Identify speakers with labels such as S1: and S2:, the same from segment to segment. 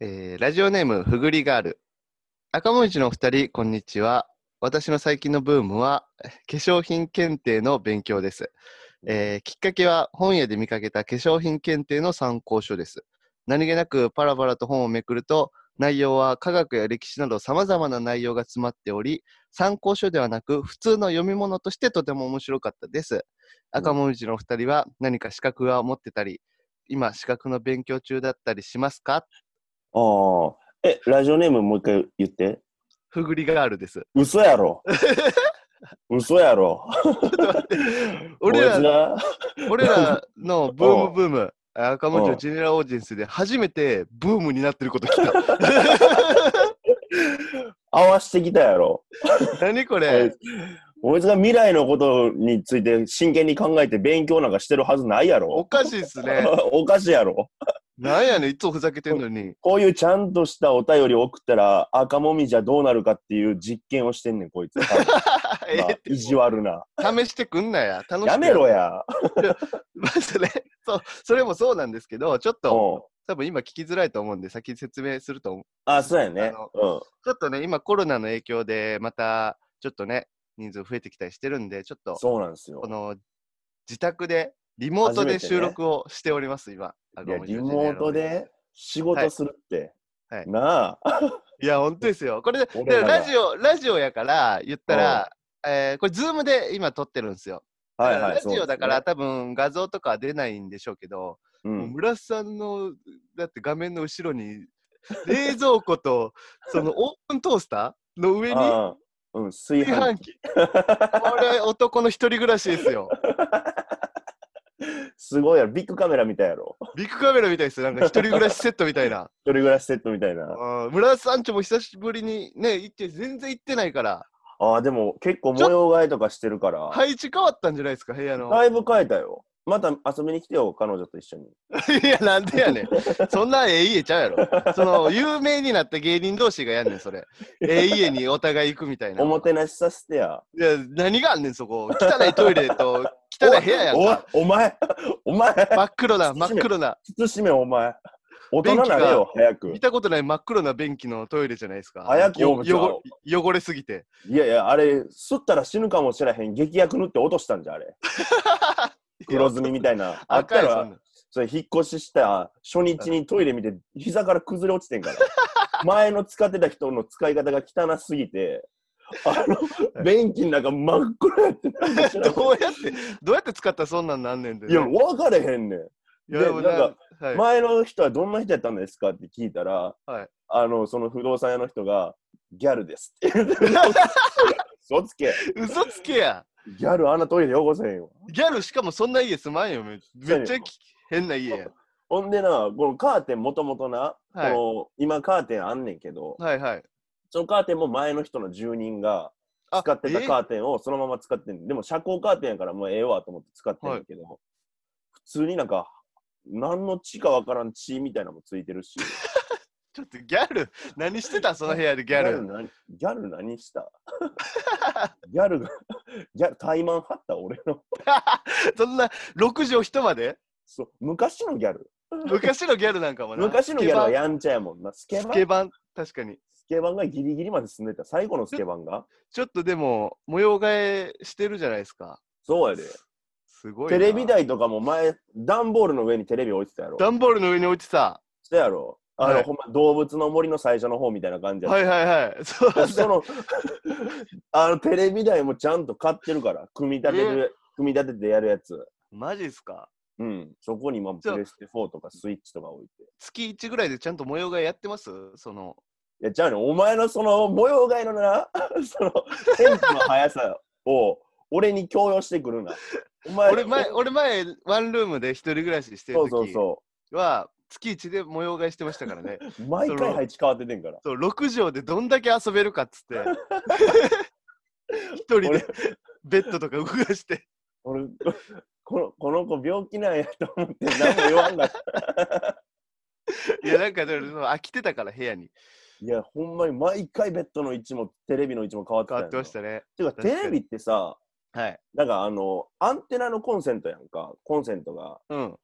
S1: えーラジオネーム、ふぐりガール。赤文字のお二人、こんにちは。私の最近のブームは、化粧品検定の勉強です。えーきっかけは、本屋で見かけた化粧品検定の参考書です。何気なくパラパラと本をめくると、内容は科学や歴史など様々な内容が詰まっており、参考書ではなく、普通の読み物としてとても面白かったです。赤文字のお二人は、何か資格は持ってたり、今、資格の勉強中だったりしますか
S2: ああ。え、ラジオネームもう一回言って。
S1: ふぐりガールです。
S2: 嘘や ろ。嘘やろ。
S1: 俺
S2: こい
S1: ら
S2: つが
S1: 俺ら のブームブーム、赤文字のジェネラルオーディエンスで初めてブームになってること聞い
S2: 合わしてきたやろ。
S1: た。何こ
S2: こい
S1: れ
S2: つこいつが未来のことについて真剣に考えて勉強なんかしてるはずないや
S1: お
S2: ろ。
S1: かしいっすね。
S2: おかしいやろ。
S1: なんやねん、いつもふざけてんの に。
S2: こういうちゃんとしたお便りを送ったら赤もみじゃどうなるかっていう実験をしてんねん、こ いつ。
S1: ええって
S2: 意地悪な。
S1: 試してくんなや。楽しく
S2: やめろや。
S1: まあそれそうそれもそうなんですけど、ちょっと
S2: うん。
S1: 多分今聞きづらいと思うんで、先に説明すると思う。
S2: あ、そうやね
S1: あの。
S2: うん。
S1: ちょっとね、今コロナの影響で、またちょっとね、人数増えてきたりしてるんで、ちょっと
S2: そうなんですよ
S1: こ。の自宅でリモートで
S2: 初めてね
S1: 収録をしております、今。
S2: いや、リモートで仕事するって。
S1: はいはい
S2: なあ。
S1: いや、本当ですよ。これで、
S2: 俺
S1: だ
S2: らが
S1: からラジオ、ラジオやから、言ったら、えーこれ、ズームで今撮ってるんですよ。
S2: はい
S1: だから
S2: はい。
S1: ラジオだから、
S2: そ
S1: 多分画像とかは出ないんでしょうけど、
S2: うです
S1: もう
S2: ね、
S1: 村瀬さんの、だって画面の後ろに、冷蔵庫と、そのオーブントースターの上
S2: うん。
S1: に、
S2: ああうん、炊
S1: 炊
S2: 飯
S1: 飯
S2: 器。
S1: 器。これ、男の一人暮らしですよ。
S2: すごいやろ。ビッグカメラみたいやろ。
S1: ビッグカメラみたいですよ。なんか一人暮らしセットみたいな。
S2: 一人暮らしセットみたいな。
S1: うん村瀬さんちも久しぶりにね、行って、全然行ってないから、
S2: ああ、でも結構模様替えとかしてるから。
S1: 配置変わったんじゃないですか、部屋の。
S2: だいぶ変えたよ。また遊びに来てよ、彼女と一緒に。
S1: いや、なんでや ねん。そんなええ家ちゃうやろ。その、有名になった芸人同士がやんねん、それ。ええ家にお互い行くみたいな。
S2: おも
S1: い
S2: てなしさせてや。
S1: や、何があんねん、そこ。汚いトイレと、汚い部屋やん
S2: お
S1: か。
S2: おお前、お前、
S1: 真っ黒な、真っ黒な。
S2: 慎め、お前。大人なれよ、早く
S1: 見。たことない真っ黒な便器のトイレじゃないですか。
S2: 早く
S1: よ
S2: ちゃう
S1: 汚汚れすぎて。
S2: いやいや、あれ、吸ったら死ぬかもしれへん。劇薬塗って落としたんじゃ、あれ。黒ずみみたいな。あっ
S1: 赤い
S2: た
S1: そん
S2: ら、
S1: なん。
S2: それ引っ越しした初日にトイレ見て、膝から崩れ落ちてんから。 前の使ってた人の使い方が汚すぎて、あの、便器の中真っ黒やってなんか知 らん
S1: どうやって、どうやって使ったらそんなんなんねんで、
S2: いや、分かれへんねん。
S1: いやでも
S2: でなん
S1: なはい、
S2: 前の人はどんな人やったんですかって聞いたら、
S1: はい
S2: あのその不動産屋の人がギャルですって 嘘つけ
S1: 嘘つけや。
S2: ギャルあんなトイレ汚せへんよ
S1: ギャルしかもそんな家住まんよ。めめっちゃき変な家や。
S2: ほんでなこのカーテンもともとな、
S1: はい
S2: この今カーテンあんねんけど
S1: はいはい。
S2: そのカーテンも前の人の住人が
S1: あ
S2: 使ってた
S1: え
S2: カーテンをそのまま使ってんねんでも遮光カーテンやからもうええわと思って使ってんねんけど、普通になんか何の血かわからん血みたいなのもついてるし
S1: ちょっとギャル、何してたその部屋でギャル。
S2: 何ギャル何した ギャルが、ギャル、怠慢張った俺の。
S1: そんな6畳一まで
S2: そう、昔のギャル。
S1: 昔のギャルなんかもな。
S2: 昔のギャルはやんちゃやもんな。スケ
S1: ス
S2: バン
S1: ケバン、確かに。
S2: スケバンがギリギリまで進んでた。最後のスケバンが
S1: ちょっとでも、模様替えしてるじゃないですか。
S2: そうやで。
S1: すごいな。
S2: テレビ台とかも前、段ボールの上にテレビ置いてたやろ。
S1: 段ボールの上に置いてた。
S2: そうやろ。あの、
S1: はい
S2: ほんま動物の森の最初の方みたいな感じやった
S1: はいはいはい。そう
S2: で その、あの、テレビ台もちゃんと買ってるから。組み立てる、組み立ててやるやつ。
S1: マジっすか
S2: うん。そこに今、
S1: じゃあ
S2: プレステ4とかスイッチとか置いて。
S1: 月1ぐらいでちゃんと模様替えやってますその。
S2: いや、じゃあね、お前のその模様替えのな、 その、テンポの速さを、俺に強要してくるな。お前
S1: 俺前、俺前、ワンルームで一人暮らししてる
S2: そう
S1: 時
S2: そうそ
S1: は、月1で模様替えしてましたから ね。
S2: う。毎
S1: その
S2: 回配置変わっててんから。
S1: そう6畳でどんだけ遊べるかっつって。 一人で
S2: 俺、
S1: ベッドとか動かして。
S2: 俺、 このこの子病気なんやと思って何も言わ んかった。
S1: いや、なんか、でもその飽きてたから、部屋に。
S2: いや、ほんまに毎回ベッドの位置もテレビの位置も変わってた
S1: 変
S2: やん
S1: わってましたね。
S2: てか、
S1: 確か
S2: テ
S1: に
S2: レビってさ、
S1: はい。
S2: なんかあの、アンテナのコンセントやんか、コンセントが。
S1: うん。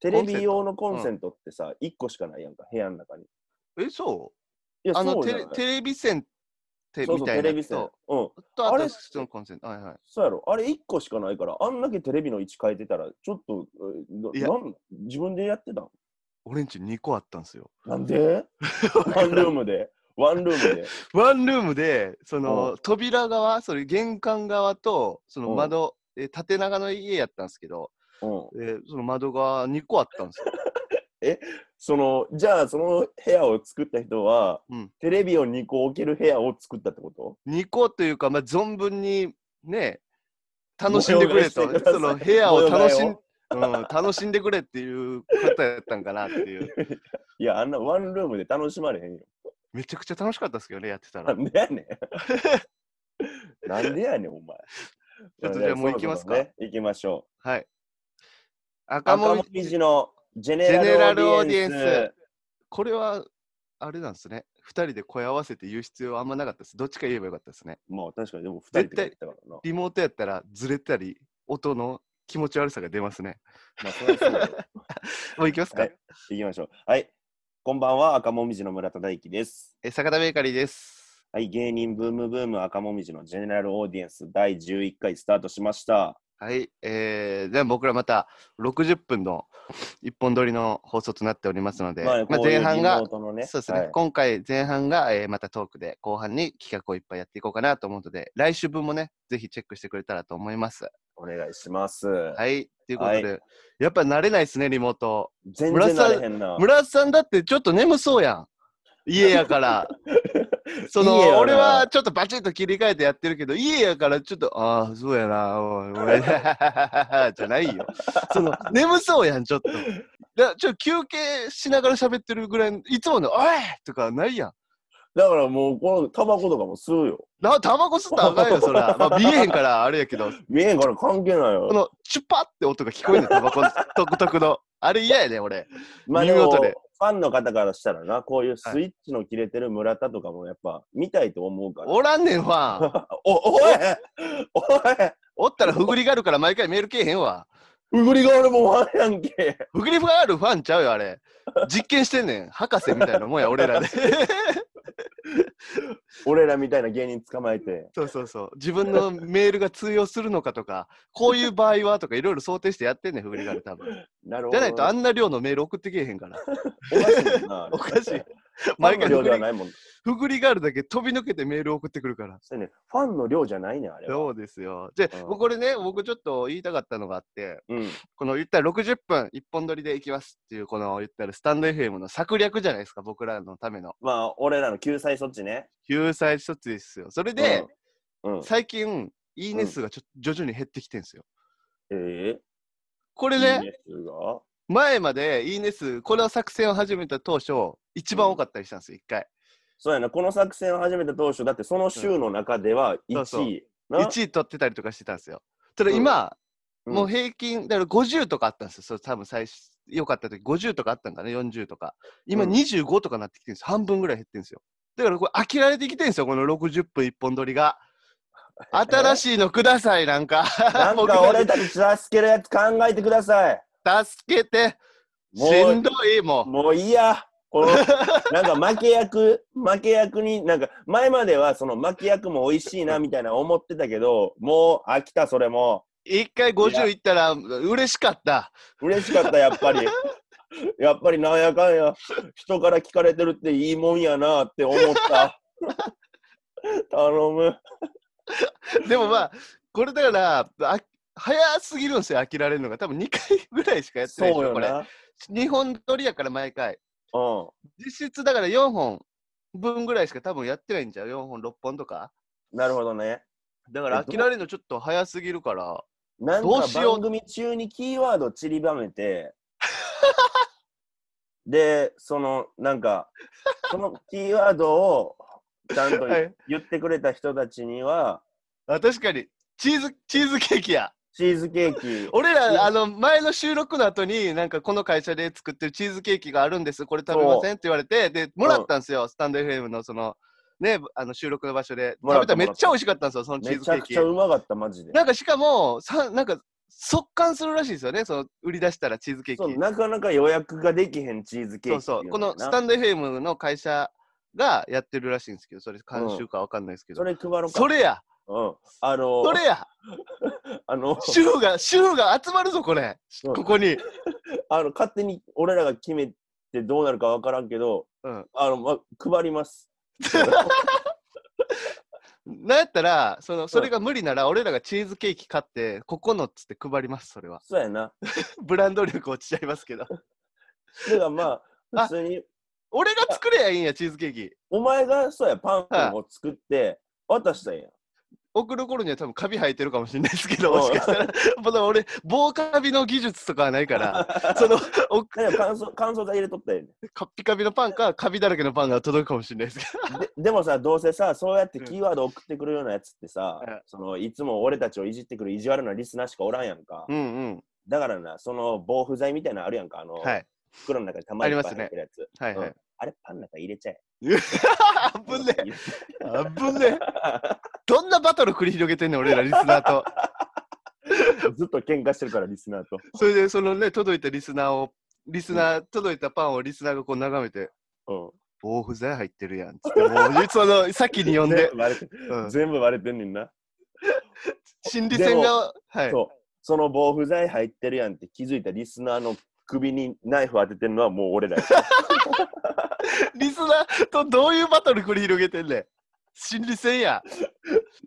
S2: テレビ用のコンセントってさ、1個しかないやんか、部屋の中に。
S1: え、そ
S2: いうや、
S1: あの
S2: そうじ
S1: テ
S2: ゃない
S1: レ、テレビ線って
S2: そう
S1: み
S2: そう、
S1: たいな
S2: テレ
S1: や
S2: ビ
S1: つ
S2: 線
S1: と。。
S2: うん。
S1: と、あ
S2: あ
S1: と
S2: れ
S1: 普通のコンセント。はいはい。
S2: そうやろ。あれ1個しかないから、あんだけテレビの位置変えてたら、ちょっと、え
S1: いや
S2: ななん自分でやってたん
S1: 俺んち2個あったんですよ。
S2: なんで ワンルームで。ワンルームで。
S1: ワンルームで、そうの扉側、それ玄関側と、その
S2: うん
S1: 窓、え縦長の家やったんですけど、
S2: うん。
S1: えその窓側2個あったんですよ。
S2: その、じゃあ、その部屋を作った人は、
S1: うん
S2: テレビを2個置ける部屋を作ったってこと
S1: 2個というか、まあ、存分にね、楽しんでくれ
S2: 模様替えしてくださ
S1: と、
S2: い
S1: その部屋を楽し
S2: 模様替
S1: ん、
S2: え
S1: うん、楽しんでくれっていう方やったんかなっていう。
S2: いや、あんなワンルームで楽しまれへんよ。
S1: めちゃくちゃ楽しかったですけどね、やってた
S2: な
S1: ら。
S2: んでやねん。なんでやねん、お前。
S1: ちょっとじゃあもう行きますか
S2: そういうことね行きましょ
S1: はい。
S2: う。
S1: 赤
S2: 赤
S1: も
S2: もみじのジェネ
S1: ジェネ
S2: ラ
S1: ラ
S2: ル
S1: ル
S2: オ
S1: オ
S2: ー
S1: ー
S2: デ
S1: デ
S2: ィ
S1: ィ
S2: エ
S1: エ
S2: ン
S1: ン
S2: ス。
S1: スこれは、あれなんですね。2人で声合わせて言う必要あんまなかったです。どっちか言えばよかったですね。
S2: まあ確かに、でも2人で行ったからな。
S1: リモートやったらずれたり、音の気持ち悪さが出ますね。
S2: まあそれはそうだよ
S1: もう行きますか。
S2: はい行きましょう。 はい。こんばんは、赤もみじの村田大樹です。
S1: え坂田ベーカリーです。
S2: はい、芸人ブームブーム赤もみじのジェネラルオーディエンス第11回スタートしました。
S1: はい、えー、では僕らまた60分の一本撮りの放送となっておりますので、まあ
S2: こういう
S1: 前半
S2: リ
S1: が
S2: モー、トのね
S1: そうですね、
S2: はい
S1: 今回前半が、えーまたトークで、後半に企画をいっぱいやっていこうかなと思うので、来週分もね、ぜひチェックしてくれたらと思います。
S2: お願いします。
S1: はい、ということで、
S2: は
S1: やっぱ慣れないですね、リモート。
S2: 全然
S1: 村さん
S2: 慣れへん な。
S1: 村田さんだってちょっと眠そうやん。家やから。その
S2: 家やな
S1: 俺はちょっとバチッと切り替えてやってるけど、家やからちょっと、ああ、そうやな、おい、俺、 じゃないよ。その、眠そうやん、ちょっと。だちょっと休憩しながら喋ってるぐらいの、いつもの、おいとかないやん。
S2: だからもう、このタバコとかも吸うよ。
S1: な、タバコ吸ったらあかんよ、そら。まあ、見えへんから、あれやけど、
S2: 見えんから関係ない
S1: こ
S2: よ。
S1: の、チュパって音が聞こえんねん、タバコ独特の。あれ嫌やねん、俺。
S2: まあでも、
S1: 見事
S2: フ
S1: で
S2: ァンの方からしたらな、こういうスイッチの切れてる村田とかもやっぱ見たいと思うから。
S1: おらんねん、ファン。
S2: お、おいおい
S1: おったらふぐりがあるから、毎回メールけえへんわ。
S2: うぐりが俺もファンやんけ。
S1: フグリフがあるファンちゃうよ、あれ。実験してんねん。博士みたいなもん や、俺らで。
S2: 俺らみたいな芸人捕まえて。
S1: そうそうそう。自分のメールが通用するのかとか、こういう場合はとか、いろいろ想定してやってんねん、フグリガル多分。
S2: なるほ
S1: じ
S2: ど。
S1: ゃないと、あんな量のメール送ってけえへん から。
S2: おかしいもんな。あれ
S1: おかしい。毎回
S2: 毎回量
S1: フグ
S2: では
S1: リ、
S2: ないもん。
S1: フグリガルだけ飛び抜けてメール送ってくるから。
S2: そうね、ファンの量じゃないねんあれは。
S1: そうですよ。じゃあ、
S2: うん
S1: 僕これね、僕ちょっと言いたかったのがあって、
S2: うん。
S1: この言ったら60分一本撮りでいきますっていう、この言ったらスタンド FM の策略じゃないですか、僕らのための。
S2: まあ、俺らの救済措置ね。
S1: 救済措置ですよ。それで、
S2: うん、うん
S1: 最近、いいね数がちょ徐々に減ってきてんすよ。
S2: え
S1: こ
S2: え
S1: れ
S2: いい
S1: ね、
S2: ね数が
S1: 前までいいね数、この作戦を始めた当初、一番多かったりしたんですよ、一回。
S2: そうやな、この作戦を始めた当初、だってその週の中では1位。
S1: そうそう
S2: な
S1: 1位取ってたりとかしてたんですよ。ただ今、
S2: うん
S1: もう平均、だから50とかあったんですよ、それ多分最初。良かった時50とかあったんかな40とか今
S2: うん
S1: 25とかなってきてるんです半分ぐらい減ってるんですよだからこれ飽きられてきてるんですよこの60分一本撮りが新しいのくださいなんか
S2: なんか俺たち助けるやつ考えてください。
S1: 僕助けて
S2: もう
S1: しんどいもう
S2: もういいや。こ のなんか負け役、負け役に、なんか前まではその負け役も美味しいなみたいな思ってたけど、もう飽きた、それも。
S1: 一回
S2: いや
S1: 50いったら嬉しかった。
S2: 嬉しかった、やっ ぱり。やっぱりなんやかんや、人から聞かれてるっていいもんやなって 思った。頼む。
S1: でもまあ、これだから、あ早すぎるんですよ、飽きられるのが。多分2回ぐらいしかやって
S2: そ
S1: な
S2: う
S1: いでしょ、
S2: よ
S1: これ。
S2: な。
S1: 2本撮りやから毎回。
S2: うん。
S1: 実質だから4本分ぐらいしか多分やってないんじゃう ?4 本、6本とか。
S2: なるほどね。
S1: だから
S2: え
S1: 飽きられるのちょっと早すぎるから。
S2: なん
S1: ど
S2: か
S1: うしよう
S2: 番組中にキーワード散りばめ て、で、その、なんか、そのキーワードをちゃんと
S1: はい
S2: 言ってくれた人たちには、
S1: あ確かに、チーズ、チーズケーキや。
S2: チーズケー キ、
S1: 俺
S2: うん
S1: ら、あの、前の収録の後に、なんかこの会社で作ってるチーズケーキがあるんです、これ食べませんって言われて、で、もらったんですよ、スタンド FM のその、ね、あの収録の場所で。
S2: もら
S1: 食
S2: っ
S1: べ
S2: た
S1: たらめっちゃ美味しかったんですよ、そのチ
S2: め
S1: ーズ
S2: ち
S1: ケ
S2: ゃ
S1: ー
S2: く
S1: キ
S2: ちゃ。うまかった、マジで。
S1: なんかしかも、さなんか速乾するらしいですよね、その売り出したらチーズケーキ。
S2: そうなかなか予約ができへんチーズケー
S1: そう
S2: キってい
S1: そうう。
S2: の
S1: こ
S2: かな
S1: のスタンド FM の会社がやってるらしいんですけど、それ監修かわかんないですけど。
S2: それ配ろうか
S1: それや
S2: うんあの
S1: それや
S2: あの
S1: 主婦が、主婦が集まるぞ、これ
S2: うん
S1: ここに。
S2: あの勝手に俺らが決めてどうなるか分からんけど、
S1: うん
S2: あの、ま、配ります
S1: なんやったら、その、それが無理なら、俺らがチーズケーキ買って、ここのっつって配ります、それは。
S2: そうやな
S1: ブランド力落ちちゃいます けど。
S2: だからまあ
S1: あ
S2: 普通に
S1: 俺が作れやいいんや、チーズケーキ。
S2: お前がそうやパンを作って渡したんや
S1: 送る頃には多分カビ生えてるかもしれないですけど、もしかしたら、 まだ俺、防カビの技術とかはない から、 その、お
S2: だから乾燥乾燥剤入れとったんやね
S1: カッピカビのパンか、カビだらけのパンが届くかもしれないですけど。
S2: ででもさどうせさそうやってキーワード送ってくるようなやつってさ、
S1: うん
S2: そのいつも俺たちをいじってくる意地悪なリスナーしかおらんやんか、
S1: うんうん。
S2: だからなその防腐剤みたいなのあるやんかあの、
S1: はい。
S2: 袋の中にたまに
S1: あります
S2: 入ってるやつ
S1: はいはい。
S2: あれパンの中入れちゃえ
S1: あぶねえ。あぶねえ。 どんなバトル繰り広げてんねん、俺らリスナーと。
S2: ずっと喧嘩してるからリスナーと
S1: それで、そのね、届いたリスナーを、リスナー、届いたパンをリスナーがこう眺めて、
S2: うん
S1: 防腐剤入ってるやん。つって、 もう、その、先に呼んで
S2: 全、部バレて
S1: うん
S2: 全部バレてんねんな、
S1: 心理戦が、はい。
S2: そうその防腐剤入ってるやんって気づいたリスナーの首にナイフ当ててるのはもう俺らや
S1: リスナーとどういうバトル繰り広げてんねん。心理戦や。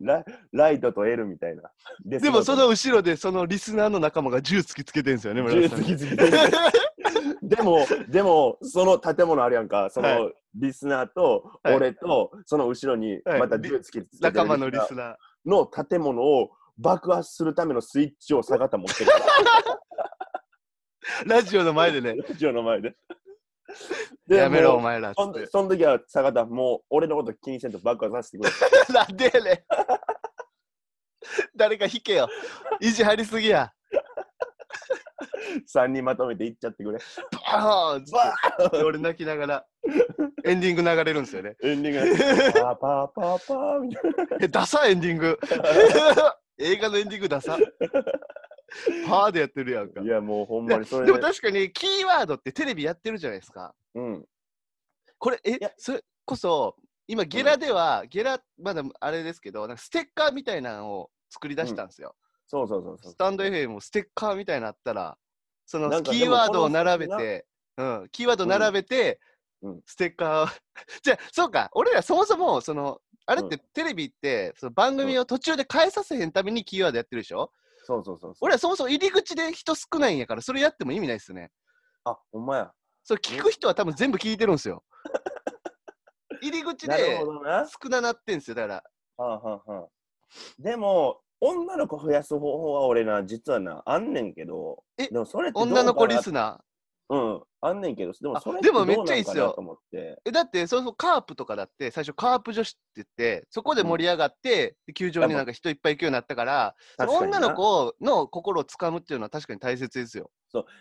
S2: ラライトとエルみたいなで
S1: でもその後ろでそのリスナーの仲間が銃突きつけてんすよね、村
S2: 銃
S1: 田さん
S2: 突。きつけてるでもでもその建物あるやんかそ
S1: は
S2: のリスナーと
S1: はい
S2: 俺とその後ろに
S1: はい
S2: また銃突きつけてる
S1: 仲間のリス
S2: ナー
S1: ナ
S2: の建物を爆発するためのスイッチを坂田持ってるから
S1: ー。ラジオの前でね、
S2: ラジオの前で。で
S1: やめろ
S2: もう
S1: お前らっ
S2: そ
S1: つっ
S2: んその時は坂田、もう俺のこと気にせんと爆破させてくれ。
S1: て。なんでやねん。 誰か引けよ。意地張りすぎや。
S2: 3人まとめて行っちゃってくれ。
S1: バーン
S2: バ
S1: で俺泣きながら。エンディング流れるんですよね。
S2: エンディン グがパーパーパーパーみたい
S1: え、ダサエンディン グ。映画のエンディングダサ。パーでやってるやんか
S2: な。い。や、もうほんまにそれ
S1: でも確かにキーワードってテレビやってるじゃないですか。
S2: うん。
S1: これ、え
S2: や、
S1: それこそ、今、ゲラでは、ゲラ、まだあれですけど、なんかステッカーみたいなのを作り出したんですよ。
S2: そうそうそうそう
S1: ス。タンド FM もステッカーみたいなのあったら、そ
S2: な
S1: の
S2: んか
S1: キーワードを
S2: でもこの
S1: 並べて、うん、キーワード並べて、
S2: うんうん
S1: ステッカー、 じゃあ、そうか、俺らそもそも、その、あれってテレビって、その番組を途中で変えさせへんためにキーワードやってるでしょ、
S2: そうそうそうそう。
S1: 俺らそもそも入り口で人少ないんやから、それやっても意味ないっすね。
S2: あ、ほんまや。
S1: それ聞く人は多分全部聞いてるんです よ。入り口
S2: なる
S1: で
S2: ほどな。は
S1: 少ななってんすよ、だから。
S2: あ、はあはあ、でも、女の子増やす方法は俺な、実はな、あんねんけど。
S1: え
S2: でもそれってどうかな
S1: 女の子リスナー。
S2: うん。あんねんけど、でもそれ
S1: あ
S2: っ
S1: で
S2: て
S1: も
S2: どう
S1: めっ
S2: なん
S1: ちゃいいっ
S2: か
S1: す
S2: な
S1: よ
S2: と思って。
S1: えだって、そうそう、カープとかだって、最初カープ女子って言って、そこで盛り上がって、で球場になんか人いっぱい行くようになったから、
S2: 確かにな
S1: 女の子の心をつかむっていうのは確かに大切ですよ。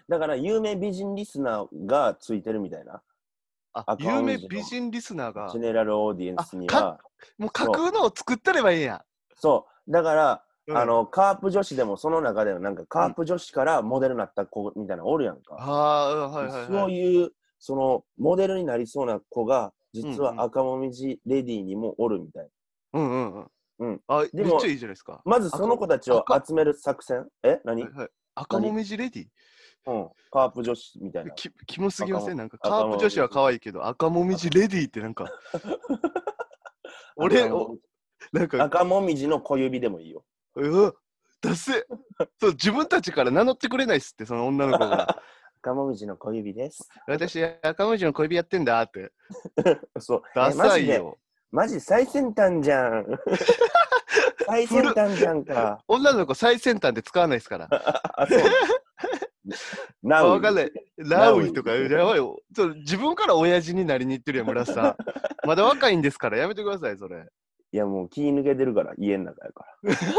S2: だから有名美人リスナーがついてるみたいな。
S1: あ、
S2: 赤
S1: 有
S2: 青
S1: 名
S2: 二の
S1: 美人リスナーが
S2: ジェ、ネラルオーディエンスに
S1: あ
S2: は。
S1: もう架空のを作ってればいいんや。
S2: そう。だから、
S1: うん
S2: あ、の、カープ女子でもその中でもなんかカープ女子からモデルになった子みたいなのおるやんか。
S1: あーうんはいはい
S2: そ
S1: は
S2: う
S1: い。
S2: いう、そのモデルになりそうな子が、
S1: う
S2: 実
S1: んう
S2: は
S1: ん
S2: 赤もみじレディーにもおるみたいな。
S1: うんうんうん。
S2: うん、
S1: あめ
S2: でも
S1: っちゃいいじゃないですか。
S2: まずその子たちを
S1: 赤
S2: 集める作戦え何、
S1: はいはい赤もみじレディ
S2: うん。カープ女子みた いな。
S1: きキモすぎませんなんか
S2: 赤も
S1: カープ女子は可愛いけど赤もみじレディーってなんか俺
S2: 赤も
S1: おなんか
S2: 赤もみじの小指でもいいよ。
S1: うわダセそう自分たちから名乗ってくれないっすってその女の子 が
S2: 赤もみじの小指です。
S1: 私赤もみじの小指やってんだって
S2: そう。
S1: ダ
S2: えマ
S1: サ
S2: ジ
S1: い
S2: で
S1: よ
S2: マジ最先端 じゃん。最先端じゃんか。
S1: 女の子最先端で使わないですから。
S2: あ、そう。 な
S1: あ
S2: う
S1: わかんない。ラウイとか、やばいよ。ちょ自分から親父になりに行ってるやん、村瀬 さん。まだ若いんですから、やめてください、それ。
S2: いや、もう気抜けてるから、家の中やから。
S1: 確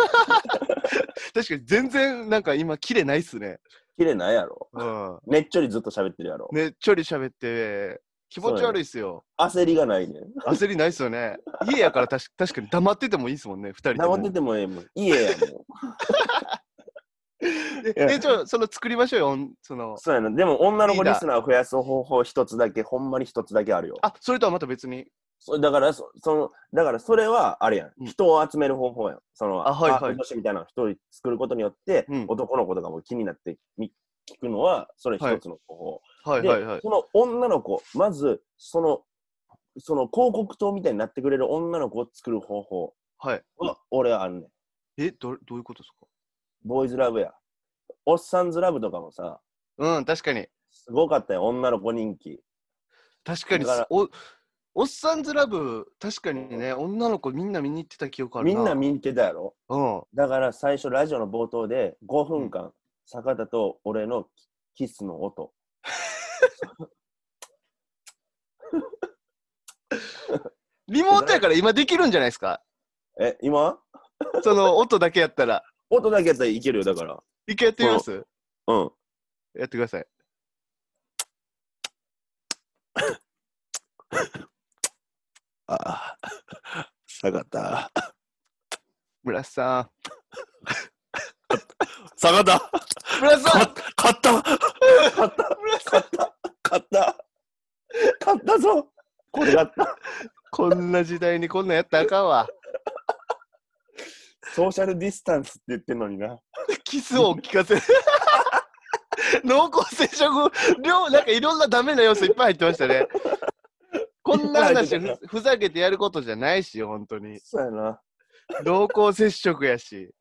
S1: かに全然、なんか今、キレないっすね。
S2: 綺麗ないやろ。
S1: うん。
S2: ねっちょりずっと喋ってるやろ。
S1: ねっちょり喋って、気持ち悪いっすよ。
S2: 焦りがないねん。
S1: 焦りないっすよね。家やから確か確かに黙っててもいいっすもんね、二人とも
S2: 黙っててもええもん。家やもん。や
S1: え、ちょ、その作りましょうよおん、そ の。
S2: そうやな。でも女の子
S1: リーダー
S2: リスナーを増やす方法一つだけ、ほんまに一つだけあるよ。
S1: あ、それとはまた別に。
S2: そだからそ、その、だからそれはあれやん。
S1: うん
S2: 人を集める方法やん。その、
S1: あはいはい
S2: パーフェクト誌みたいなの一人作ることによって、
S1: うん
S2: 男の子とかも気になってみ聞くのは、それ一つの方法。
S1: はい
S2: で
S1: はいはい。
S2: その女の子、まず、その、その広告塔みたいになってくれる女の子を作る方法
S1: はい。
S2: は、俺はあんねん。
S1: え、ど、どういうことですか
S2: ボーイズラブや。おっさんずラブとかもさ、
S1: うん、確かに。
S2: すごかったよ、女の子人気。
S1: 確かに
S2: だから
S1: お、おっさんずラブ、確かにね、女の子みんな見に行ってた記憶ある
S2: み
S1: な。
S2: んな見に行ってたやろ
S1: うん。
S2: だから最初ラジオの冒頭で5分間、坂田と俺のキスの音。
S1: リモートやから今できるんじゃないですか
S2: え、今
S1: そ の音だけやったら。
S2: 音だけやったらいけるよ、だから。
S1: 一回やってみます
S2: うん。
S1: やってください。
S2: ああ、坂田。
S1: 村瀬さ
S2: 坂 田
S1: ん。村瀬さん
S2: 勝った勝った
S1: 村瀬さん
S2: 勝った勝った勝ったぞこれ勝った
S1: こんな時代にこんなんやったらあかんわ。
S2: ソーシャルディスタンスって言ってんのにな。
S1: キスを聞かせる。濃厚接触、量、なんかいろんなダメな要素いっぱい入ってましたね。こんな話ふふざけてやることじゃないし、本当に。
S2: そうやな。
S1: 濃厚接触やし。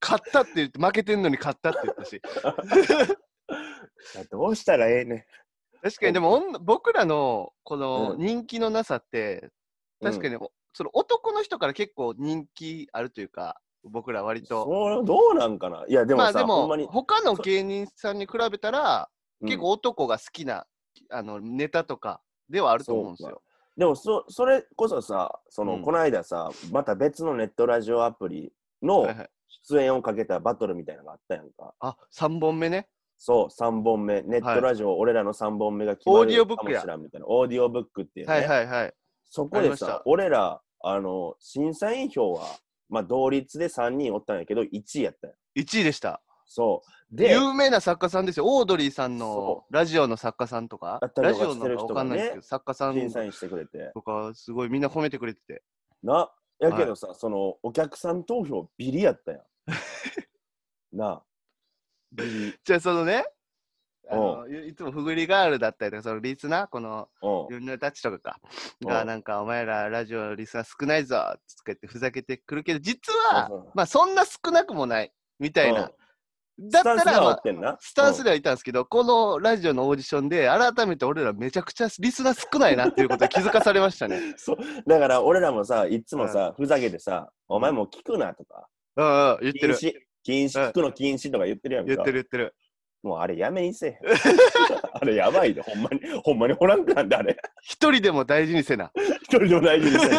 S1: 勝ったって言って、負けてんのに勝ったって言ったし。
S2: どうしたらええねん。
S1: 確かに、でも女僕らのこの人気のなさって、
S2: うん
S1: 確かに、その男の人から結構人気あるというか、僕ら割と。
S2: そうどうなんかないや、でも
S1: ま
S2: さ、
S1: あで
S2: ほん
S1: も
S2: まに。
S1: 他の芸人さんに比べたら、
S2: うん
S1: 結構男が好きなあのネタとかではあると思うんですよ。
S2: でもそそれこそさその、
S1: うん
S2: この間さまた別のネットラジオアプリの
S1: はいはい
S2: 出演をかけたバトルみたいなのがあったやんか
S1: あ3本目ね。
S2: そう3本目ネットラジオ、俺らの3本目が決
S1: オ
S2: ま
S1: ーディオ
S2: る
S1: ブッ
S2: か
S1: ク
S2: も
S1: や
S2: しらんみたいなオーディオブックっていうね、
S1: はいはいはい。
S2: そこ
S1: あり
S2: で
S1: ました
S2: さ俺らあの審査員票は、まあ、同率で3人おったんやけど1位やったんや
S1: 1位でした。
S2: そうで
S1: 有名な作家さんですよ。オードリーさんの
S2: そ
S1: ラジオの作家さんとか
S2: だっ、たり
S1: ラ
S2: と
S1: ジ
S2: か
S1: オ
S2: して
S1: の
S2: る
S1: か
S2: 人
S1: わ
S2: がね
S1: かんないですけど、作家さ
S2: 審査
S1: ん
S2: 員してくれて
S1: とかすごいみんな褒めてくれてて。
S2: なやけどさ、そのお客さん投票ビリやったや んなあビリ
S1: じゃあそのね、あのいいつもフグリガールだったりとか、そのリスナー、この
S2: うん
S1: ジュニアたちとかか、
S2: うん
S1: がなんかお前らラジオリスナー少ないぞつってふざけてくるけど、実
S2: そう
S1: は
S2: そう
S1: まあそんな少なくもないみたいな。だ
S2: ス
S1: った
S2: タンスで
S1: ら、
S2: は
S1: ま
S2: 合
S1: あ
S2: ってんな。
S1: スタンスではいたんですけど、このラジオのオーディションで、改めて俺らめちゃくちゃリスナー少ないなっていうことに気づかされま した
S2: う
S1: ね。
S2: んそうだから俺らもさ、いっつもさ、ふざけてさ、お前もう聞くなとか、
S1: うんうん、言って
S2: 禁
S1: る。
S2: 止、禁止、
S1: うん
S2: 聞くの禁止とか言ってるやんか。
S1: 言ってる言ってる。
S2: もうあれやめにせえへん。 あれやばいで、ほんまに、ほんまにおらんくなんであれ。
S1: 一人でも大事にせ な。
S2: 一人でも大事に せえ。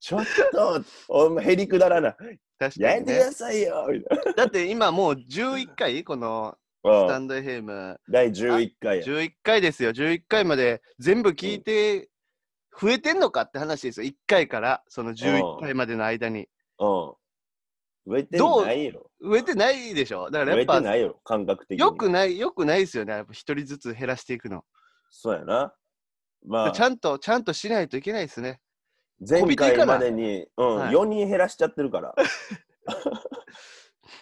S2: ちょっと、お前へりくだらな。
S1: 確か
S2: やめ
S1: に、
S2: てく
S1: ね。
S2: ださいよ、みたい
S1: だって今もう11回、この
S2: な。
S1: スタ
S2: うん
S1: ンド FM、
S2: 第11回や。
S1: 11回ですよ。11回まで全部聞いて、増えてんのかって話ですよ。1回から、その11回までの間に。
S2: うん。植えてないよ。
S1: 増えてないでしょ。だから
S2: 植
S1: や
S2: え
S1: っぱ
S2: て、ないよ、感覚的に。
S1: よくない、よくないですよね。やっぱ一人ずつ減らしていくの。
S2: そうやな。まあ
S1: ち、ゃんと、ちゃんとしないといけないですね。
S2: 前
S1: こびていか
S2: 回
S1: な
S2: までに、うん、
S1: はい
S2: 4人減らしちゃってるから。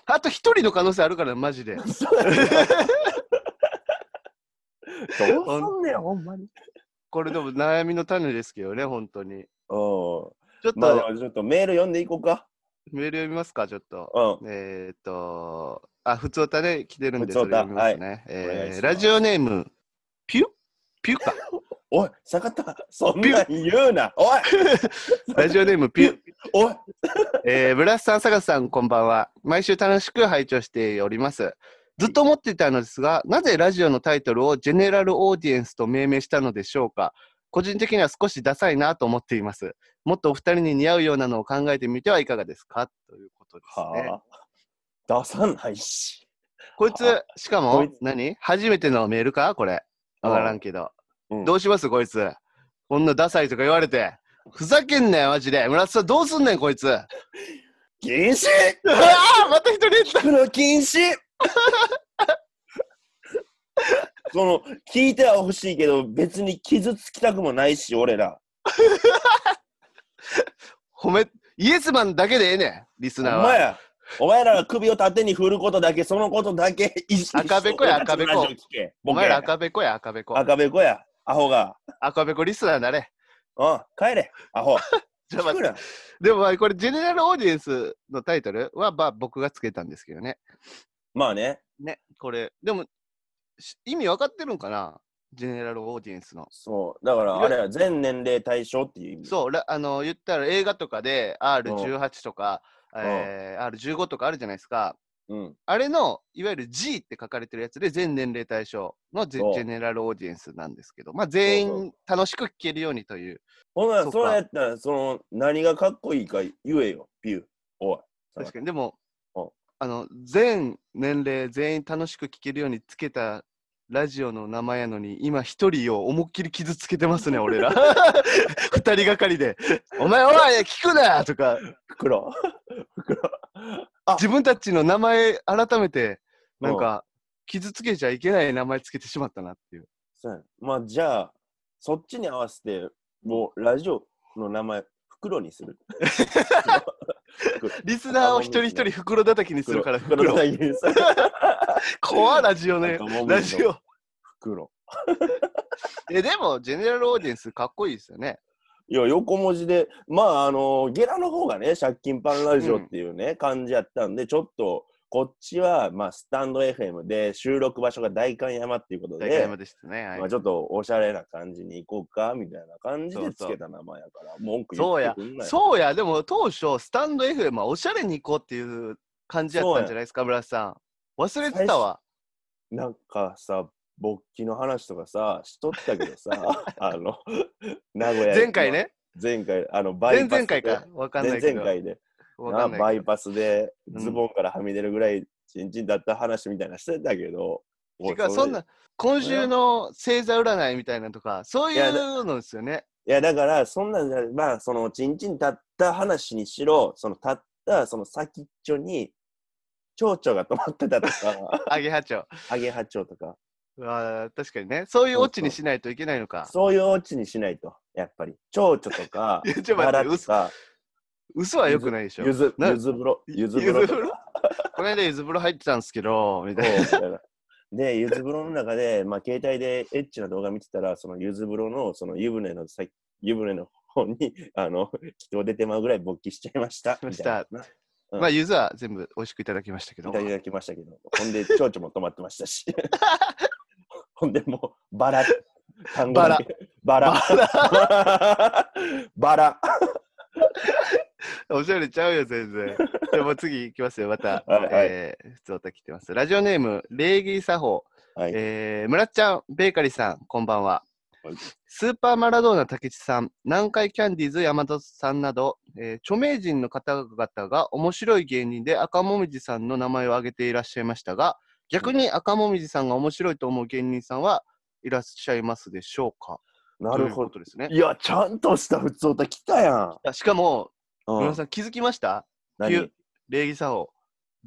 S1: あと一人の可能性あるから、マジで。
S2: そうやなどうすんねん、ほんまに。うん。
S1: これでも悩みの種ですけどね、本当に。ちょっと、
S2: まあ、でもちょっとメール読んでいこうか。
S1: メール読みますか、ちょっと。
S2: うん。
S1: えーっと、あ、普通歌で来てるんで、
S2: 普通
S1: それ
S2: 歌
S1: 読みますね。
S2: お願い
S1: え
S2: し
S1: ー
S2: ます
S1: ラジオネーム、ピュピュか。
S2: おい、坂田、そんなん言うな。おい、
S1: ラジオネーム、ピュ。
S2: おい。
S1: えー、ブラスさん、サガさん、こんばんは。毎週楽しく拝聴しております。ずっと思っていたのですが、なぜラジオのタイトルをジェネラルオーディエンスと命名したのでしょうか個人的には少しダサいなと思っています。もっとお二人に似合うようなのを考えてみてはいかがですかということですね。
S2: はあ、出さないし。
S1: こいつ、しか
S2: こ
S1: も
S2: いつ、
S1: 何初めてのメールかこれ。わからんけど。
S2: うん
S1: どうしますこいつ。 こんなダサいとか言われて。ふざけんなよ、マジで。村瀬さん、どうすんねん、こいつ。
S2: 禁止
S1: ああまた一人出た
S2: 黒禁止その聞いては欲しいけど別に傷つきたくもないし俺ら
S1: 褒め、イエスマンだけでええねん、リス
S2: お
S1: ナーは。
S2: 前らお前らが首を縦に振ることだけそのことだけ意識して
S1: 赤べこや
S2: 俺たちの
S1: 赤べこ
S2: ラジオ聞け
S1: お
S2: ボケ
S1: 前ら赤べこや、赤べこ。
S2: 赤べこやアホが
S1: 赤べこリスナーになれ。
S2: うん帰れアホ
S1: じゃあまあ
S2: 聞くな
S1: でもまあこれ、ジェネラルオーディエンスのタイトルは、まあ僕がつけたんですけどね。
S2: まあね
S1: ね、これ、でも、し意味わかってるんかなジェネラルオーディエンスの。
S2: そうだからあれは全年齢対象っていう意味
S1: そう、らあの、言ったら映画とかで R18 とか、えー R15 とかあるじゃないですか。
S2: う、うん、
S1: あれの、いわゆる G って書かれてるやつで、全年齢対象のジ
S2: そ
S1: ェ
S2: う
S1: ジェネラルオーディエンスなんですけど、まあ全
S2: そう
S1: 員楽しく聴けるようにという。
S2: ほんな
S1: そっか
S2: らそれやったらその何がかっこいいか言えよピューおい
S1: 確かに、でも
S2: うん、
S1: あの、全年齢、全員楽しく聴けるようにつけたラジオの名前やのに、今一人を思いっきり傷つけてますね、俺ら。二人がかりで、お前、お前、聞くなとか、
S2: 袋 袋あ
S1: 自分たちの名前、改めて、なん
S2: う
S1: か、傷つけちゃいけない名前つけてしまったなっていう。
S2: そうやねまあじゃあそっちに合わせてもうラジオの名前袋にする
S1: リスナーを一人一人袋叩きにするから、
S2: 袋
S1: 袋。
S2: だけに さ
S1: 怖いラジオ
S2: なん
S1: ね
S2: か。もう
S1: ラジオ。
S2: 袋
S1: え、でも、ジェネラルオーディエンス、かっこいいですよね。
S2: いや横文字でまああのゲラの方がね借金パンラジオっていうね、感じやったんでちょっとこっちはまあスタンド FM で収録場所が代官山っていうこと
S1: 大会
S2: で
S1: 山でしたね。はい
S2: まあ、ちょっとおしゃれな感じに行こうかみたいな感じでつけた名前やから文句言ってくんなよ
S1: そうや、でも当初、スタンド FM はおしゃれに行こうっていう感じやったんじゃないですか、村瀬さん。忘れてたわ。
S2: なんかさ、勃起の話とかさ、しとったけど さ、あの、名古屋駅の
S1: 前回。ね、
S2: 前回、あの、バ
S1: 前
S2: イパス
S1: 々回か。わかんない
S2: 前
S1: け
S2: 々
S1: ど。
S2: 回で、
S1: わか
S2: なん
S1: ない
S2: バ
S1: け
S2: イ
S1: ど。
S2: パスで
S1: うん
S2: ズボンからはみ出るぐらい、チンチンだった話みたいなしてたけど、おい
S1: 違う、そんな、今週の星座占いみたいなのとか、そうい
S2: いや
S1: うのですよね。
S2: いや、だから、そんなんじゃ、まあ、その、チンチン立った話にしろ、その、立った、その先っちょに、蝶々が止まってた とか、
S1: アゲハチョウ。
S2: アゲハチョウとか、
S1: うわー確かにね。そういうオチにしないといけないのか。
S2: そういうオチにしないと、やっぱり。蝶々とか
S1: いや、ちょっと
S2: バ
S1: 待っ
S2: ラ
S1: て
S2: とか、
S1: 嘘はよくないでしょ。
S2: ゆず、
S1: な
S2: ゆず風呂、ゆず
S1: ゆ
S2: 風
S1: ず
S2: 呂
S1: 風
S2: とか。
S1: 呂この間ゆず風呂入ってたんですけど、みたいな。
S2: そうみたいな で、ゆず風呂の中で、まあ、携帯でエッチな動画見てたら、そのゆず風呂の、その湯船のさ、湯船の方に、 あの、人出てまうぐらい勃起しちゃいました。
S1: しました
S2: みたいうん
S1: まあ、ゆずは全部美味しくいただきましたけ
S2: な。
S1: ど
S2: い。ただきましたけど、ほんで、蝶々も止まってましたし。 ほんで、もう、バラ。単語だけバラ。 バラ。
S1: おしゃれちゃうよ、全 然。でもう次行きますよ、また。
S2: はいはい
S1: えー、普通歌来てます。ラジオネーム、礼儀作法。
S2: はい
S1: えー、村っちゃん、ベーカリーさん、こんばんは。
S2: はい
S1: スーパーマラドーナ竹地さん、南海キャンディーズ山里さんなど、えー著名人の方々が面白い芸人で赤もみじさんの名前を挙げていらっしゃいましたが、逆に赤もみじさんが面白いと思う芸人さんはいらっしゃいますでしょうか
S2: なる
S1: という
S2: ほ
S1: こ
S2: ど。
S1: とですね。
S2: いや、ちゃんとした普通歌来たやん。
S1: あしかも、
S2: うん
S1: 村さん気づきました
S2: 何
S1: 礼儀作法、
S2: うん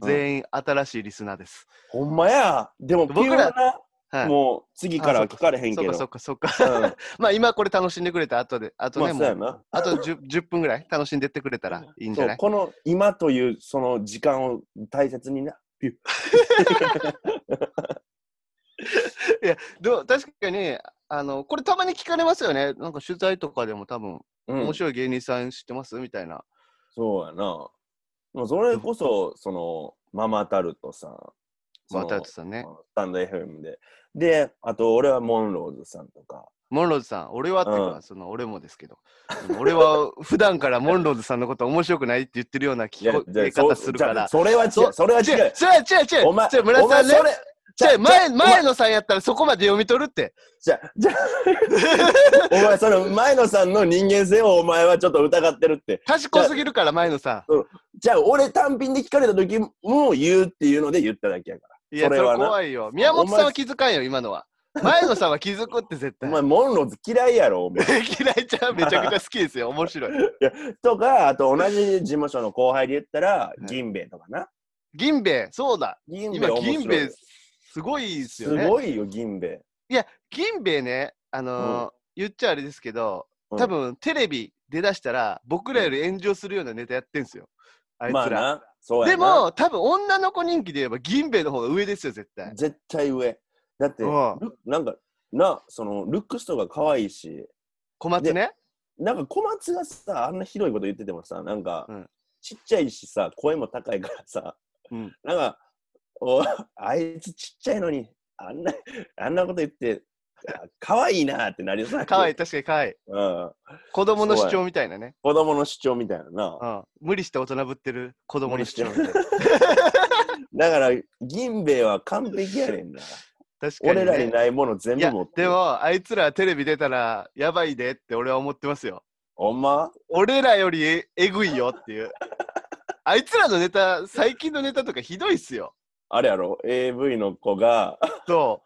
S1: 全員新しいリスナーです。
S2: ほんまや。でも、
S1: 僕
S2: 僕
S1: ら
S2: ら
S1: はい。
S2: もう次からは聞かれへん
S1: そ
S2: け
S1: っ
S2: ど。
S1: かそっかそっか。
S2: うん
S1: まあ今これ楽しんでくれた後で、あとね、
S2: まあ、そうや
S1: もう、
S2: な。
S1: あと 10, 10分ぐらい楽しんでってくれたらいいんじ
S2: そ
S1: ゃ
S2: う
S1: ない
S2: この今というその時間を大切にな。ピュ
S1: でも確かに、あの、これたまに聞かれますよね。なんか取材とかでも多分、
S2: うん
S1: 面白い芸人さん知ってますみたいな。
S2: そうやな。もうそれこそ、その、ママタルトさん。
S1: まあ、
S2: そ
S1: タ
S2: の
S1: ルトさんね。
S2: スタンド FM で。で、あと俺はモンローズさんとか。
S1: モンローズさん、俺はっていうか、
S2: うん
S1: その俺もですけど、でも俺は普段からモンローズさんのこと面白くないって言ってるような聞こえ
S2: そ
S1: 方
S2: う
S1: するから。
S2: それは違う
S1: そ。
S2: それは
S1: 違う違う違
S2: 違う。
S1: う違う
S2: お前、
S1: 違う村
S2: お
S1: 田さ
S2: 前
S1: んね
S2: それ、
S1: じゃあ前
S2: お
S1: 前野さんやったらそこまで読み取るって。
S2: じゃ、じゃ、お前、その前野さんの人間性をお前はちょっと疑ってるって。
S1: 賢すぎるから前野さ
S2: じゃあ、俺単品で聞かれた時も言うっていうので言っただけやから。
S1: ん。いや、そ
S2: そ
S1: れ
S2: れはな
S1: 怖いよ。宮本さんは気遣いよ、今のは。前野さんは気づくって絶
S2: お
S1: 対。
S2: 前、モンローズ嫌いやろ、お 前。
S1: 嫌いちゃうめちゃくちゃ好きですよ。面白い。
S2: とか、あと同じ事務所の後輩で言ったら、
S1: い
S2: 銀兵衛とかな。
S1: 銀兵衛、そうだ。
S2: 銀兵
S1: 今、
S2: 衛面白い
S1: 銀兵衛、すごいですよ
S2: す
S1: ね。
S2: ごいよ、銀兵衛。
S1: 銀兵衛ね、あのー言っちゃあれですけど、
S2: うん
S1: 多分テレビ出だしたら、僕らより炎上するようなネタやってんすよ。あいつ
S2: まあ
S1: ら。
S2: な、そうや
S1: で
S2: な。
S1: も、多分女の子人気で言えば、銀兵衛の方が上ですよ、絶対。
S2: 絶対上。だって、
S1: うん
S2: ルなんか、な、その、ルックスとか可愛いし、
S1: 小松ね。
S2: なんか小松がさ、あんなひどいこと言っててもさ、なんか、
S1: うん
S2: ちっちゃいしさ、声も高いからさ、
S1: うん
S2: なんか、おあいつちっちゃいのに、あんな、あんなこと言って、あ可愛いなってなりそう。
S1: 可愛い、確かに可愛い。
S2: うん。
S1: 子供の主張みたいなね。
S2: 子供の主張みたいなな。
S1: うん、無理して大人ぶってる子供の主張みたいな。
S2: だから、銀兵衛は完璧やねんな。
S1: 確かに、ね。
S2: 俺らにないもの全
S1: い
S2: 部
S1: や
S2: 持って
S1: で
S2: る。
S1: もあいつらテレビ出たらやばいでって俺は思ってますよ
S2: ほんま
S1: 俺らよりええぐいよって いうあいつらのネタ最近のネタとかひどいっすよ
S2: あれやろ ?AV の子が、
S1: そ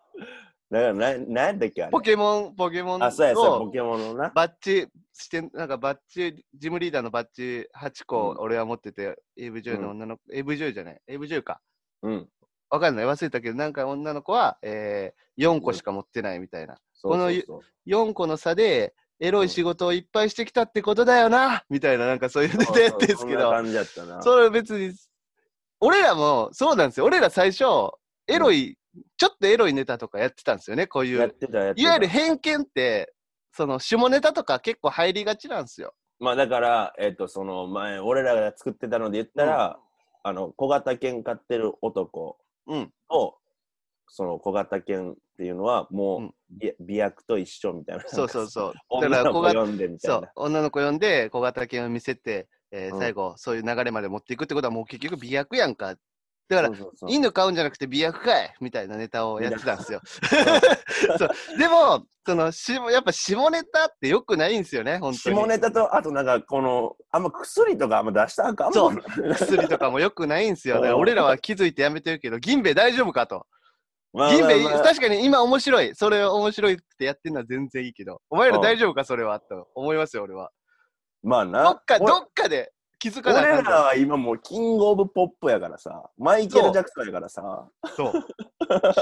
S2: だからな、なんやったっけあ
S1: う
S2: れ
S1: ポケモンポケモン
S2: あ、そうや、そうや、ポ
S1: の
S2: ケモンのな。
S1: バッジしてなんかバッジジムリーダーのバッジ8個
S2: うん
S1: 俺は持ってて、AV 女優の女の子、AV 女優じゃない AV 女優か
S2: うん。
S1: わかんない忘れたけどなんか女の子は、えー、4個しか持ってないみたいな
S2: そうそう
S1: こ
S2: そう
S1: 4個の差でエロい仕事をいっぱいしてきたってことだよなみたいななんかそういうネタやってん ですけ
S2: そんな
S1: ど
S2: 感じやったな。
S1: それ別に俺らもそうなんですよ俺ら最初エロい、ちょっとエロいネタとかやってたんですよねこうい
S2: やっ
S1: う
S2: てた、やって
S1: い
S2: た。
S1: わゆる偏見ってその下ネタとか結構入りがちなんですよ
S2: まあだから、えっ、と、その前、俺らが作ってたので言ったら、あの、小型犬飼ってる男
S1: うん
S2: と、その小型犬っていうのは、もう、
S1: うん
S2: び美薬と一緒みたいな。
S1: そうそう
S2: う。
S1: そうだか
S2: 女
S1: ら
S2: の
S1: 小
S2: 子
S1: 型
S2: 呼んでみた
S1: そ
S2: いうな。
S1: 女の子呼んで小型犬を見せて、えー
S2: うん
S1: 最後そういう流れまで持っていくってことはもう結局美薬やんかだから
S2: そうそうそう
S1: 犬飼うんじゃなくて美薬かいみたいなネタをやってたんですよ。そうでもそのしやっぱ下ネタってよくないんですよね本当に。
S2: 下ネタと、あとなんか、この、あんま薬とかあんま出したらあかんもんな。
S1: 薬とかもよくないんですよ。だから俺らは気づいてやめてるけど銀兵衛大丈夫かと。
S2: まあまあ
S1: 銀
S2: まあ
S1: 兵衛確かに今面白いそれ面白いってやってるのは全然いいけどお前ら大丈夫かそれはと思いますよ俺は。
S2: まあ
S1: ど
S2: な。
S1: っか
S2: 俺
S1: どっかで気づかな
S2: 俺
S1: い
S2: らは今もうキングオブポップやからさ、マイケル・ジャクソンやからさ、
S1: そう。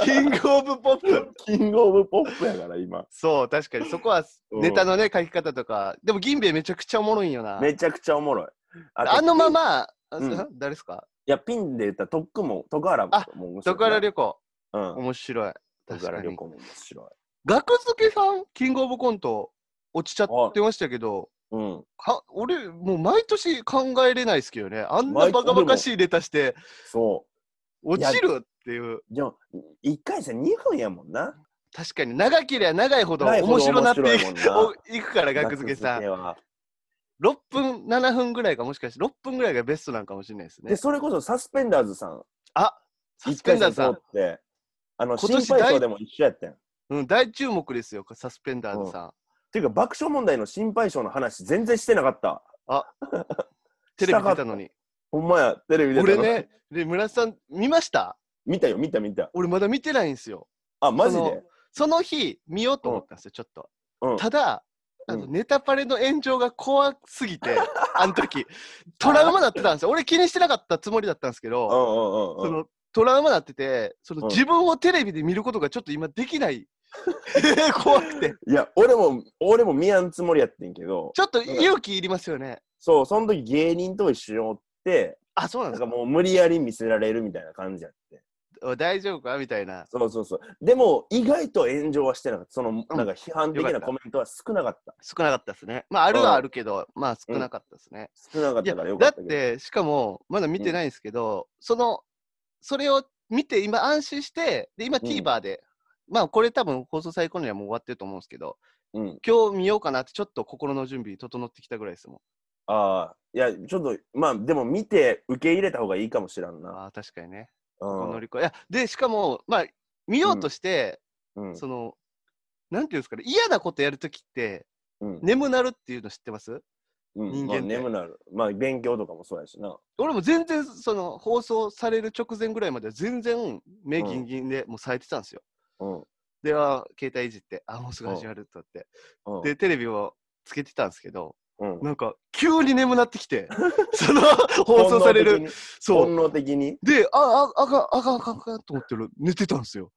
S1: キングオブポップ。
S2: キングオブポップやから今。
S1: そう確かにそこは
S2: うん
S1: ネタのね書き方とかでも銀兵衛めちゃくちゃおもろいんよな。
S2: めちゃくちゃおもろい。と
S1: あのま。ま、
S2: うん
S1: あ誰ですか
S2: いや、ピンで言ったら、特区も、徳原も
S1: あ
S2: 面白いな。
S1: 徳原旅行、
S2: うん。
S1: 面白い。
S2: 徳
S1: 確か
S2: 原旅
S1: に。
S2: 行も面白い。
S1: 学付けさん、キングオブコント、落ちちゃってましたけど、
S2: うん。
S1: か俺、もう毎年考えれないですけどね、あんな
S2: 毎
S1: バカバカしいネタして、
S2: そ
S1: 落ちるっていう、
S2: う。でも、1回戦2分やもんな。
S1: 確かに長ければ長いほど
S2: 長いほど
S1: 面白なって
S2: 面
S1: い
S2: 白いもん
S1: く
S2: な
S1: おいくから、学付けさん。
S2: は
S1: 6分、7分ぐらいか、もしかして6分ぐらいがベストなんかもしれないですね
S2: で、。それこそサスペンダーズさん、
S1: あサス
S2: 1
S1: ペン
S2: 回
S1: ダー
S2: 戦通
S1: さん
S2: っ、て、あの、
S1: 今
S2: 心
S1: 年
S2: 配性でも一緒やったん。っ
S1: うん、大注目ですよ、サスペンダーズさん。
S2: ていうか、爆笑問題の心配性の話、全然してなかった。
S1: テレビ出たのに。
S2: ほんまや、テレビ出た
S1: 俺
S2: の
S1: ね、で村瀬さん、見ました
S2: 見たよ、見た見た。
S1: 俺まだ見てないんですよ。
S2: あ、マジ
S1: そ
S2: で
S1: のその日、見ようと思ったんですよ、ちょっと。
S2: うん。
S1: ただ、あの
S2: う
S1: ネタパレの炎上が怖すぎ て、あの時、トラウマなってたんですよ。俺気にしてなかったつもりだったんですけ
S2: う
S1: ど、
S2: んうん
S1: そ
S2: うんうん。
S1: のトラウマなってて、その
S2: うん
S1: 自分をテレビで見ることがちょっと今でき ない。怖くて。
S2: いや、俺も、俺も見やんつもりやってんけど、
S1: ちょっと勇気いりますよね。
S2: そう、その時芸人と一緒におって、
S1: あ、そうなん
S2: な
S1: で
S2: ん
S1: す
S2: かもう無理やり見せられるみたいな感じやって。
S1: か。大丈夫かみたいな。
S2: そうそうそう。でも、意外と炎上はしてなかった。その、なんか批判的
S1: よか
S2: な
S1: った
S2: コメントは少なかった。
S1: 少なかったですね。まあ、あるはあるけど、まあ、少なかったですね。
S2: 少なかっ
S1: いや
S2: たからよ
S1: だ
S2: か
S1: っ
S2: ったけど。
S1: てしかもまだ見てないんですけど、そのそれを見て今安心してで今
S2: うん
S1: TVer で、まあこれ多分放送最高にはもう終わってると思うんですけど
S2: うん。
S1: 今日見ようかなってちょっと心の準備整ってきたぐらいですもん
S2: ああ、いや、ちょっと、まあ、でも見て受け入れた方がいいかもしらんな。
S1: ああ確かにね、こ
S2: う
S1: の
S2: ん
S1: 乗り越えいやでしかもまあ見ようとして、
S2: うん。
S1: そのなんていうんですかね嫌なことやるときって
S2: うん
S1: 眠なるっていうの知ってます
S2: うん
S1: 人間
S2: まあ
S1: って
S2: 眠なる。まあ、勉強とかもそうやしな。
S1: 俺も全然その放送される直前ぐらいまでは全然目ギンギンでもう冴えてたんですよ、
S2: うん。
S1: では、携帯いじって、あ、もうすぐ始まるとって。
S2: うん
S1: で、テレビをつけてたんですけど、
S2: うん
S1: なんか、急に眠なってき て、その、放送される。そう。
S2: 本能的に
S1: で、あ、あ、あかん、あかん、あかん、あかんと思ってる寝てたんです よ。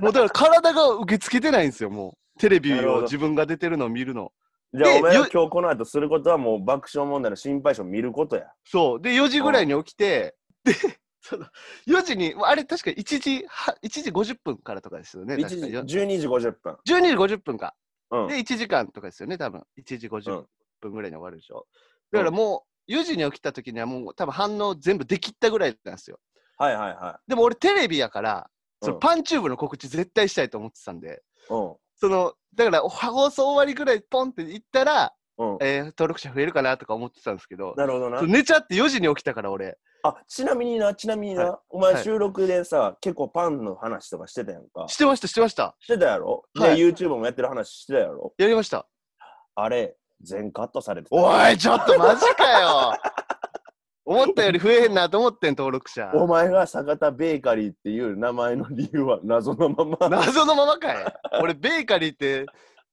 S1: もうだから体が受け付けてないんですよ、もう。テレビ
S2: なるほ
S1: を
S2: ど
S1: 自分が出てるのを見るの。
S2: 本能的にじゃあ
S1: で
S2: お前
S1: よ
S2: は今日この後することはもう爆笑問題の心配性を見ることや
S1: そう。で、4時ぐらいに起きて、で、 その、4時に、あれ確か1時は、1時50分からとかですよね、
S2: 1
S1: 確
S2: 時
S1: かよ
S2: 12時50分
S1: 12時50分か。
S2: うん
S1: で、1時間とかですよね、多分。1時
S2: う
S1: 50
S2: ん
S1: 分ぐらいに終わるでしょ。だからもう、4時に起きた時にはもう多分反応全部できったぐらいなんですよ。
S2: はいはいは
S1: でも俺テレビやから、
S2: い
S1: そのパンチューブの告知絶対したいと思ってたんで、
S2: うん
S1: そのだからお放送終わりぐらいポンって行ったら、
S2: うんうん
S1: えー登録者増えるかなとか思ってたんですけど
S2: なるほどな
S1: そう寝ちゃって4時に起きたから俺
S2: あちなみになちなみにな、
S1: は
S2: お
S1: はい
S2: 前収録でさ、結構パンの話とかしてたやんか
S1: してましたしてました
S2: してたやろ、
S1: は
S2: で
S1: い
S2: YouTube もやってる話してたやろ
S1: やりました
S2: あれ全カットされてた
S1: おいちょっとマジか よ思ったより増えへんなと思ってん登録者
S2: お前が坂田ベーカリーっていう名前の理由は謎のまま
S1: 謎のままかい俺ベーカリーって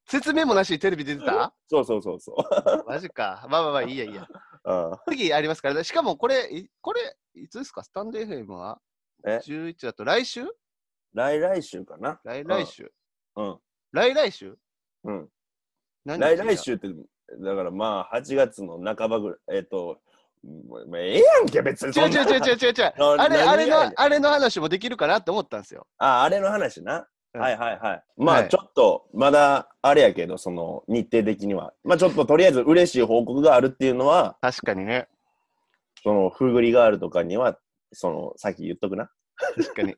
S1: 説明もなしにテレビ出てた
S2: そうそうそうそう
S1: マジかまあまあまあいいやいいや
S2: あ
S1: 次ありますからしかもこれいこれいつですかスタンド FM は
S2: え
S1: 11だと来週
S2: 来来週かな
S1: 来来週
S2: うん
S1: 来来週
S2: うん
S1: 何
S2: 来
S1: 日だ
S2: 来週ってだからまあ8月の半ばぐらいえっ、とまあええやんけ別
S1: 違う違う違う違う
S2: にそんな
S1: 違う違う。
S2: な
S1: あれ、
S2: 何
S1: あれ
S2: やね
S1: の
S2: ん、
S1: あれの話もできるかなって思ったんですよ。
S2: ああれの話な、
S1: うん
S2: はいはいはいまあ、
S1: はい
S2: ちょっとまだあれやけどその日程的にはまあちょっととりあえず嬉しい報告があるっていうのは
S1: 確かにね。
S2: そのフグリガールとかにはそのさっき言っとくな
S1: 確かに。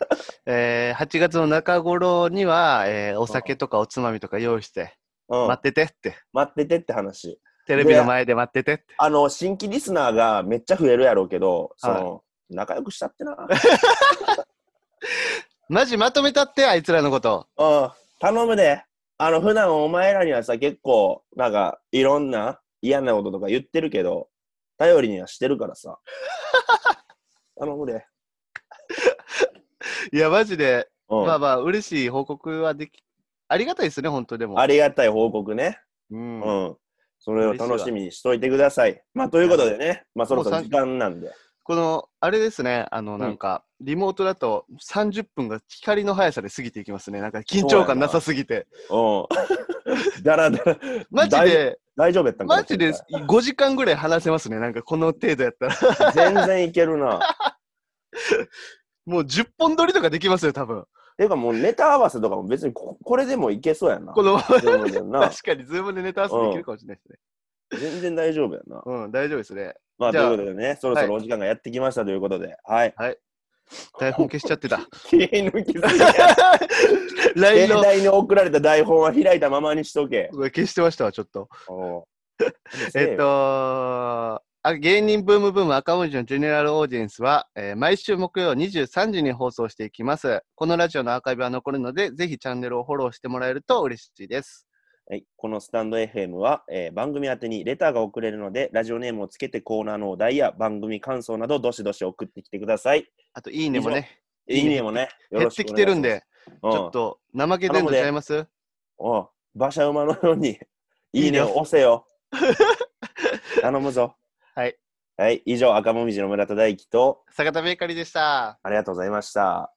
S1: えー、8月の中頃には、えーお酒とかおつまみとか用意して、
S2: うん、
S1: 待っててって。
S2: 待っててって話
S1: テレビの前で待っててって。
S2: あの新規リスナーがめっちゃ増えるやろうけどその、仲良くしたってな
S1: マジまとめたって、あいつらのこと。
S2: うん頼むであの普段お前らにはさ結構なんかいろんな嫌なこととか言ってるけど頼りにはしてるか らさ頼むで、
S1: いや、マジで、
S2: うん
S1: まあまあ、嬉しい報告はでき、ありがたいですね、本当でも。
S2: ありがたい報告ね。
S1: うん。
S2: う
S1: も
S2: ん。それを楽しみにしといてください。まあ、ということでね、まあ、そろそろ
S1: もう
S2: 時間なんで。
S1: この、あれですね、あの、なんか、リモートだと30分が光の速さで過ぎていきますね。なんか緊張感なさすぎて。
S2: うん。 だらだら。
S1: マジ
S2: だい。
S1: で、
S2: 大丈夫やったんか
S1: マ
S2: な
S1: ジで5時間ぐらい話せますね。なんかこの程度やったら。
S2: 全然いけるな。 っ
S1: もう10本撮りとかできますよ、多分。
S2: ていうか、もうネタ合わせとかも別にここれでもいけそうやな。
S1: このまま
S2: 全然な
S1: 確かに、ズームでネタ合わせできるかもしれないですね。
S2: 全然大丈夫やな。
S1: うん、大丈夫ですね。
S2: まあ、
S1: じ
S2: と
S1: ゃあ
S2: いうことでね、そろそろお時間がやってきましたということで、 はい。
S1: 台本消しちゃって た。
S2: 切り抜きすぎや
S1: LINE
S2: 携
S1: の。
S2: 帯に送られた台本は開いたままにしとけ。
S1: うわ消してましたわ、ちょっと。
S2: おう
S1: えっと、あ芸人ブームブーム赤文字のジェネラルオーディエンスは、えー毎週木曜23時に放送していきます。このラジオのアーカイブは残るので、ぜひチャンネルをフォローしてもらえると嬉しいです。
S2: はい、このスタンド FM は、えー番組宛てにレターが送れるので、ラジオネームをつけてコーナーのお題や番組感想など、どしどし送ってきてください。
S1: あと、いいねもね、い
S2: い
S1: い
S2: い
S1: ね
S2: ねもね、よ
S1: 減
S2: ろ
S1: っ
S2: してく
S1: き
S2: お
S1: て
S2: 願い
S1: る
S2: し
S1: ん
S2: ます。
S1: で、
S2: うん、
S1: ちょっと怠けてんのちゃいます
S2: おう。馬車馬の ように、いいね
S1: いい
S2: を押せ よ。頼むぞ。
S1: はい。
S2: はい、以上、赤もみじの村田大樹と、
S1: 坂田ベーカリーでした。
S2: ありがとうございました。